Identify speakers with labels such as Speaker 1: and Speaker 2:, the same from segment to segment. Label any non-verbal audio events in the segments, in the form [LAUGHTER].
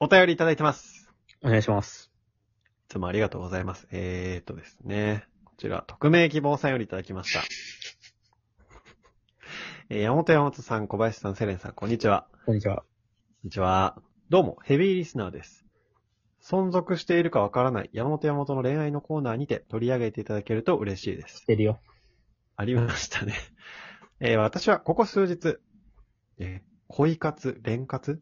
Speaker 1: お便りいただいてます。
Speaker 2: お願いします。
Speaker 1: いつもありがとうございます。えーっとですね。こちら、匿名希望さんよりいただきました。 [LAUGHS] えー山本山本さん、小林さん、セレンさん、こんにちは。
Speaker 2: こんにちは。
Speaker 1: こんにちは。どうも、ヘビーリスナーです。存続しているかわからない山本山本の恋愛のコーナーにて取り上げていただけると嬉しいです。
Speaker 2: 出るよ。
Speaker 1: ありましたね。 [LAUGHS] えー私はここ数日、えー恋活、恋活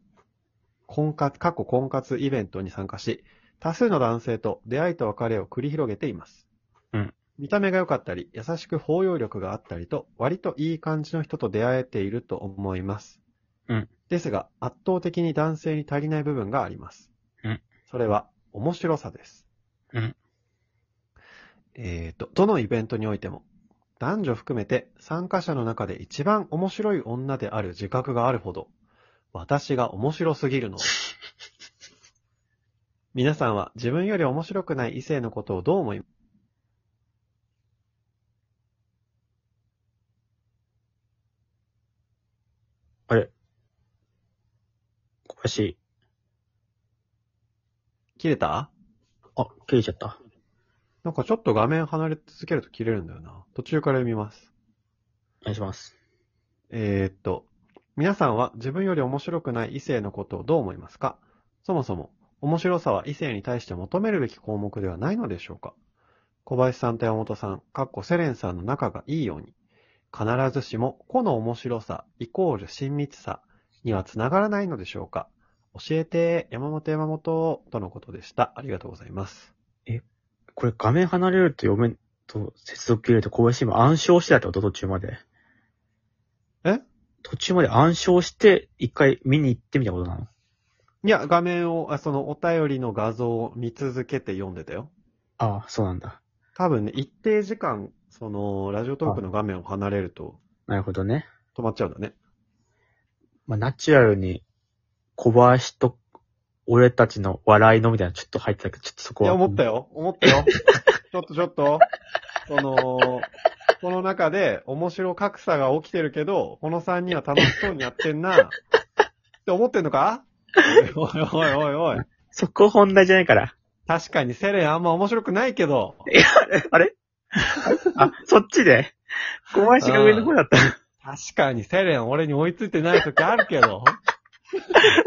Speaker 1: 婚活、過去婚活イベントに参加し、多数の男性と出会いと別れを繰り広げています。
Speaker 2: うん
Speaker 1: 見た目が良かったり、優しく包容力があったりと、割といい感じの人と出会えていると思います。
Speaker 2: うん
Speaker 1: ですが、圧倒的に男性に足りない部分があります。
Speaker 2: うん
Speaker 1: それは、面白さです。
Speaker 2: うん
Speaker 1: えっと、どのイベントにおいても、男女含めて参加者の中で一番面白い女である自覚があるほど、私が面白すぎるの [LAUGHS] です。皆さんは自分より面白くない異性のことをどう思い
Speaker 2: 小林。
Speaker 1: 切れた
Speaker 2: あ、切れちゃった。
Speaker 1: なんかちょっと画面離れ続けると切れるんだよな。途中から読みます。
Speaker 2: お願いします。
Speaker 1: えーっと、皆さんは自分より面白くない異性のことをどう思いますかそもそも、面白さは異性に対して求めるべき項目ではないのでしょうか小林さんと山本さん、かっこセレンさんの仲がいいように、必ずしも個の面白さイコール親密さにはつながらないのでしょうか教えて、山本山本とのことでした。ありがとうございます。
Speaker 2: これ画面離れると読め、と接続切れると小林今暗唱してたってこと途中まで。
Speaker 1: え
Speaker 2: 途中まで暗唱して、一回見に行ってみたいなことなの
Speaker 1: いや、画面を、あそのお便りの画像を見続けて読んでたよ。
Speaker 2: ああ、そうなんだ。
Speaker 1: 多分ね、一定時間、その、ラジオトークの画面を離れると
Speaker 2: なるほどね。
Speaker 1: 止まっちゃうんだね。
Speaker 2: まあ、ナチュラルに、小林と、俺たちの笑いのみたいなのちょっと入ってたけど、ちょっとそこ
Speaker 1: い
Speaker 2: は。
Speaker 1: や、思ったよ。思ったよ。 [LAUGHS] ちょっとちょっと。その、この中で面白格差が起きてるけど、この3人は楽しそうにやってんな。って思ってんのかおいおいおいおいおい。
Speaker 2: そこ本題じゃないから。
Speaker 1: 確かにセレンあんま面白くないけど。
Speaker 2: あれあ、そっちで小林が上の方だった。
Speaker 1: 確かにセレン俺に追いついてない時あるけど。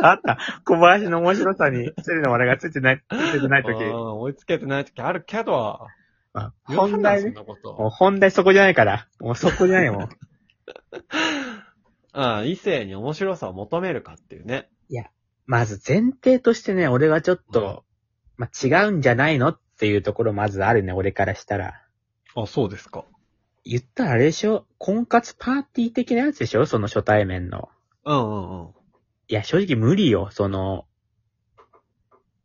Speaker 2: あった。小林の面白さに、セレの笑いがついてない、ついて [LAUGHS] ない
Speaker 1: うん
Speaker 2: とき。
Speaker 1: 追いつけてない時あるけど。
Speaker 2: あ
Speaker 1: 言
Speaker 2: 本
Speaker 1: うな
Speaker 2: 題
Speaker 1: そん
Speaker 2: ね。
Speaker 1: なこと。
Speaker 2: もう本題そこじゃないから。もうそこじゃないもん。
Speaker 1: [LAUGHS] うん、異性に面白さを求めるかっていうね。
Speaker 2: [LAUGHS] まず前提としてね、俺はちょっと、まあ、違うんじゃないのっていうところまずあるね、俺からしたら。
Speaker 1: あ、そうですか。
Speaker 2: 言ったらあれでしょ婚活パーティー的なやつでしょその初対面の。
Speaker 1: うんうんうん。
Speaker 2: いや、正直無理よ、その、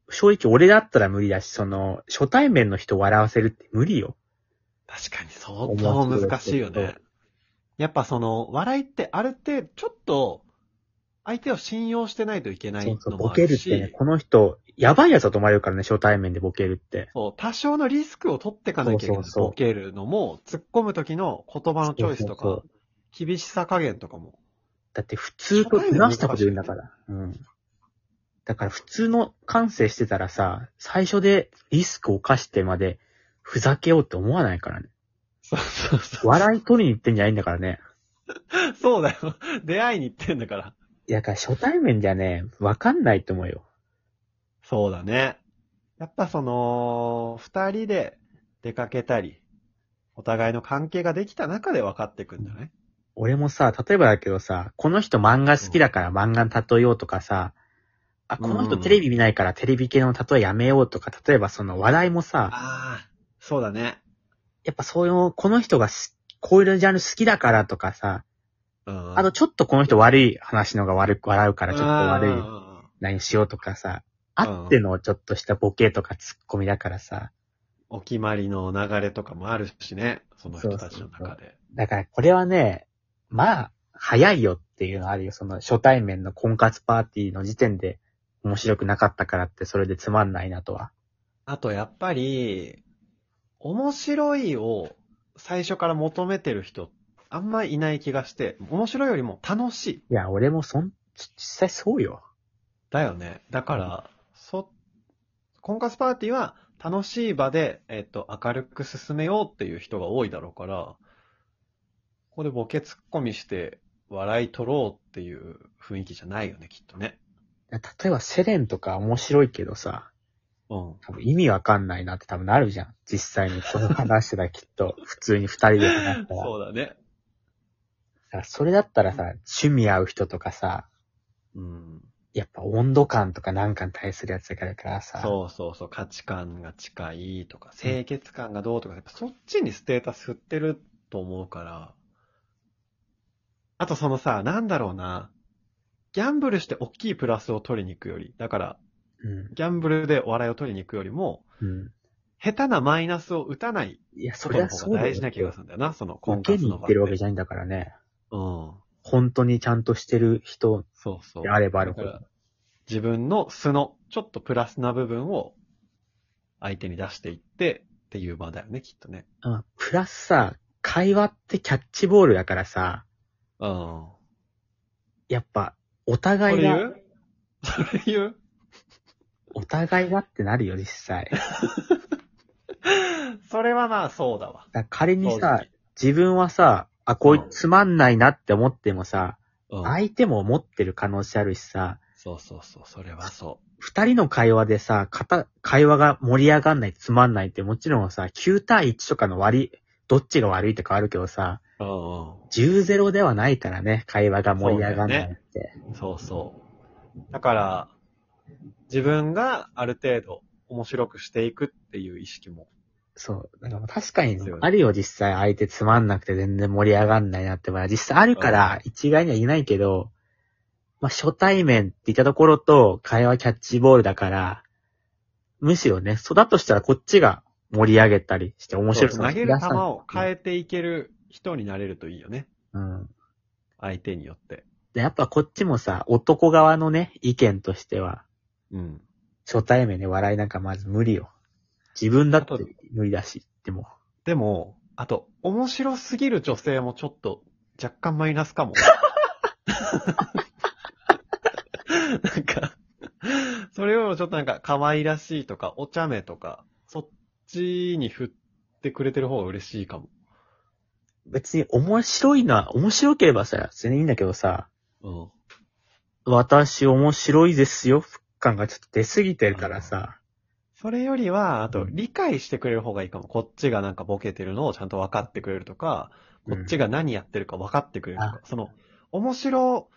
Speaker 2: 正直俺だったら無理だし、その、初対面の人を笑わせるって無理よ。
Speaker 1: 確かに相当難しいよね。やっぱその、笑いってある程度、ちょっと、相手を信用してないといけない
Speaker 2: そうそう、
Speaker 1: のも
Speaker 2: ボ
Speaker 1: あ
Speaker 2: ケる
Speaker 1: る
Speaker 2: ってね、
Speaker 1: し、
Speaker 2: この人、やばいやつだと思われるからね、初対面でボケるって。
Speaker 1: そう、多少のリスクを取っていかなきゃいけない。
Speaker 2: そうそうそう
Speaker 1: ボケるのも、突っ込む時の言葉のチョイスと
Speaker 2: そう
Speaker 1: か
Speaker 2: そう、
Speaker 1: 厳しさ加減とかも。
Speaker 2: だって普通とずらしたこと言うんだから。うん。だから普通の感性してたらさ、最初でリスクを犯してまで、ふざけようって思わないからね。
Speaker 1: そうそうそう。
Speaker 2: 笑い取りに行ってんじゃないんだからね。
Speaker 1: [LAUGHS] そうだよ。出会いに行ってんだから。
Speaker 2: いやだから初対面じゃね、わかんないと思うよ。
Speaker 1: そうだね。やっぱその、二人で出かけたり、お互いの関係ができた中で分かっていくんだね。
Speaker 2: 俺もさ、例えばだけどさ、この人漫画好きだから漫画に例えようとかさ、あ、この
Speaker 1: うんうん
Speaker 2: 人
Speaker 1: うん
Speaker 2: テレビ見ないからテレビ系の例えやめようとか、例えばその話題もさ、
Speaker 1: ああ、そうだね。
Speaker 2: やっぱそういう、この人がすこういうジャンル好きだからとかさ、
Speaker 1: うん。
Speaker 2: あとちょっとこの人悪い話のが悪く笑うからちょっと悪
Speaker 1: うんう
Speaker 2: い
Speaker 1: んうん
Speaker 2: 何しようとか
Speaker 1: う
Speaker 2: さ、
Speaker 1: ん
Speaker 2: あってのちょっとしたボケとかツッコミだからさ、
Speaker 1: お決まりの流れとかもあるしね。その人たちの中で。
Speaker 2: だからこれはね、まあ、早いよっていうのあるよ。その初対面の婚活パーティーの時点で面白くなかったからってそれでつまんないなとは。
Speaker 1: あとやっぱり、面白いを最初から求めてる人、あんまいない気がして、面白いよりも楽しい。
Speaker 2: いや、俺もそん、実際そうよ。
Speaker 1: だよね。だから、そ、婚活パーティーは楽しい場で、えっと、明るく進めようっていう人が多いだろうから、ここでボケツッコミして笑い取ろうっていう雰囲気じゃないよね、きっとね。
Speaker 2: 例えばセレンとか面白いけどさ、
Speaker 1: うん。
Speaker 2: 多分意味わかんないなって多分なるじゃん。実際にこの話してたらきっ
Speaker 1: [LAUGHS]
Speaker 2: と、普通に二人で話したら。
Speaker 1: そうだね。
Speaker 2: だからそれだったらさ、趣味合う人とかさ、
Speaker 1: うん。
Speaker 2: やっぱ温度感とかなんかに対するやつだからさ、
Speaker 1: そうそうそう、価値観が近いとか、清潔感がどうとか、やっぱそっちにステータス振ってると思うから。あとそのさ、なんだろうな。ギャンブルして大きいプラスを取りに行くより、だから、
Speaker 2: う
Speaker 1: ギャンブルでお笑いを取りに行くよりも、
Speaker 2: ん。う
Speaker 1: 下手なマイナスを打たない
Speaker 2: ん。いや、そ
Speaker 1: こ
Speaker 2: れ
Speaker 1: との
Speaker 2: はそ
Speaker 1: 方
Speaker 2: う
Speaker 1: が
Speaker 2: だよ。
Speaker 1: 大事な気がするんだよな、その婚
Speaker 2: 受け
Speaker 1: 活
Speaker 2: に
Speaker 1: の
Speaker 2: 行
Speaker 1: 場
Speaker 2: ってるわけ
Speaker 1: で。
Speaker 2: じゃないんだからね。
Speaker 1: うん。
Speaker 2: 本当にちゃんとしてる人
Speaker 1: そうそう
Speaker 2: で。あればある
Speaker 1: だ
Speaker 2: ほ
Speaker 1: から
Speaker 2: ど。、
Speaker 1: 自分の素のちょっとプラスな部分を相手に出していってっていう場だよね、きっとね。
Speaker 2: うんプラスさ、会話ってキャッチボールだからさ、
Speaker 1: うん。
Speaker 2: やっぱ、お
Speaker 1: そ
Speaker 2: 互
Speaker 1: れ
Speaker 2: い
Speaker 1: 言
Speaker 2: が、
Speaker 1: うそれ言う [LAUGHS]
Speaker 2: お互いがってなるよ、実際。だか
Speaker 1: それはまあそうだわ。
Speaker 2: ら仮に
Speaker 1: 正
Speaker 2: さ
Speaker 1: 直、
Speaker 2: 自分はさ、あ、こい
Speaker 1: うん
Speaker 2: つつまんないなって思ってもさ、
Speaker 1: うん。
Speaker 2: 相手も思ってる可能性あるしさ、
Speaker 1: そうそうそう、それはそ
Speaker 2: 二人の会話でさ、かた会話が盛り上がんない、つまんないってもちろんさ、9対1とかの割り、どっちが悪いとかあるけどさ、
Speaker 1: う。うん
Speaker 2: 10-0ではないからね、会話が盛り上がんないって。
Speaker 1: うん。そうそう。だから、自分がある程度面白くしていくっていう意識も。
Speaker 2: そう。だから確かに
Speaker 1: ですよね、
Speaker 2: あるよ、実際相手つまんなくて全然盛り上がんないなって場合は、実際あるから、一概には言えないけど、まあ、初対面って言ったところと、会話キャッチボールだから、むしろね、そうだとしたらこっちが盛り上げたりして面白く
Speaker 1: そう
Speaker 2: な
Speaker 1: 投げ
Speaker 2: 気
Speaker 1: る
Speaker 2: が
Speaker 1: 球
Speaker 2: さ
Speaker 1: を変えていける人になれるといいよね。
Speaker 2: うん。
Speaker 1: 相手によって。
Speaker 2: で、やっぱこっちもさ、男側のね、意見としては、
Speaker 1: うん。
Speaker 2: 初対面で笑いなんかまず無理よ。自分だって
Speaker 1: あと
Speaker 2: 無理だし、でも。
Speaker 1: でも、あと、面白すぎる女性もちょっと若干マイナスかも。なんか、それよりもちょっとなんか可愛らしいとか、お茶目とか、そっちに振ってくれてる方が嬉しいかも。
Speaker 2: 別に面白いな、面白ければさ、全然いいんだけどさ、
Speaker 1: うん。
Speaker 2: 私面白いですよ、感がちょっと出過ぎてるからさ。
Speaker 1: それよりは、あと、
Speaker 2: うん
Speaker 1: 理解してくれる方がいいかも。こっちがなんかボケてるのをちゃんと分かってくれるとか、こっち
Speaker 2: が。
Speaker 1: が何やってるか分かってくれるとか、その、面白、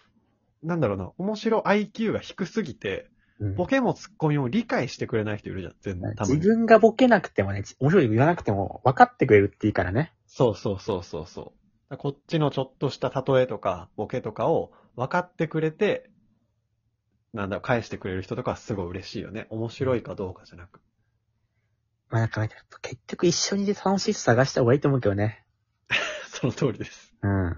Speaker 1: なんだろうな、面白 IQ が低すぎて、
Speaker 2: うん
Speaker 1: ボケもツッコミも理解してくれない人いるじゃん、全然。たま
Speaker 2: 自
Speaker 1: に。
Speaker 2: 分がボケなくてもね、面白いこと言わなくても分かってくれるっていいからね。
Speaker 1: そうそうそうそうそう。だからこっちのちょっとした例えとか、ボケとかを分かってくれて、なんだろう、返してくれる人とかはすごい嬉しいよね。面白いかどうかじゃなく。
Speaker 2: まあなんか、結局一緒にいて楽しい人探した方がいいと思うけどね。
Speaker 1: [LAUGHS] その通りです。
Speaker 2: うん。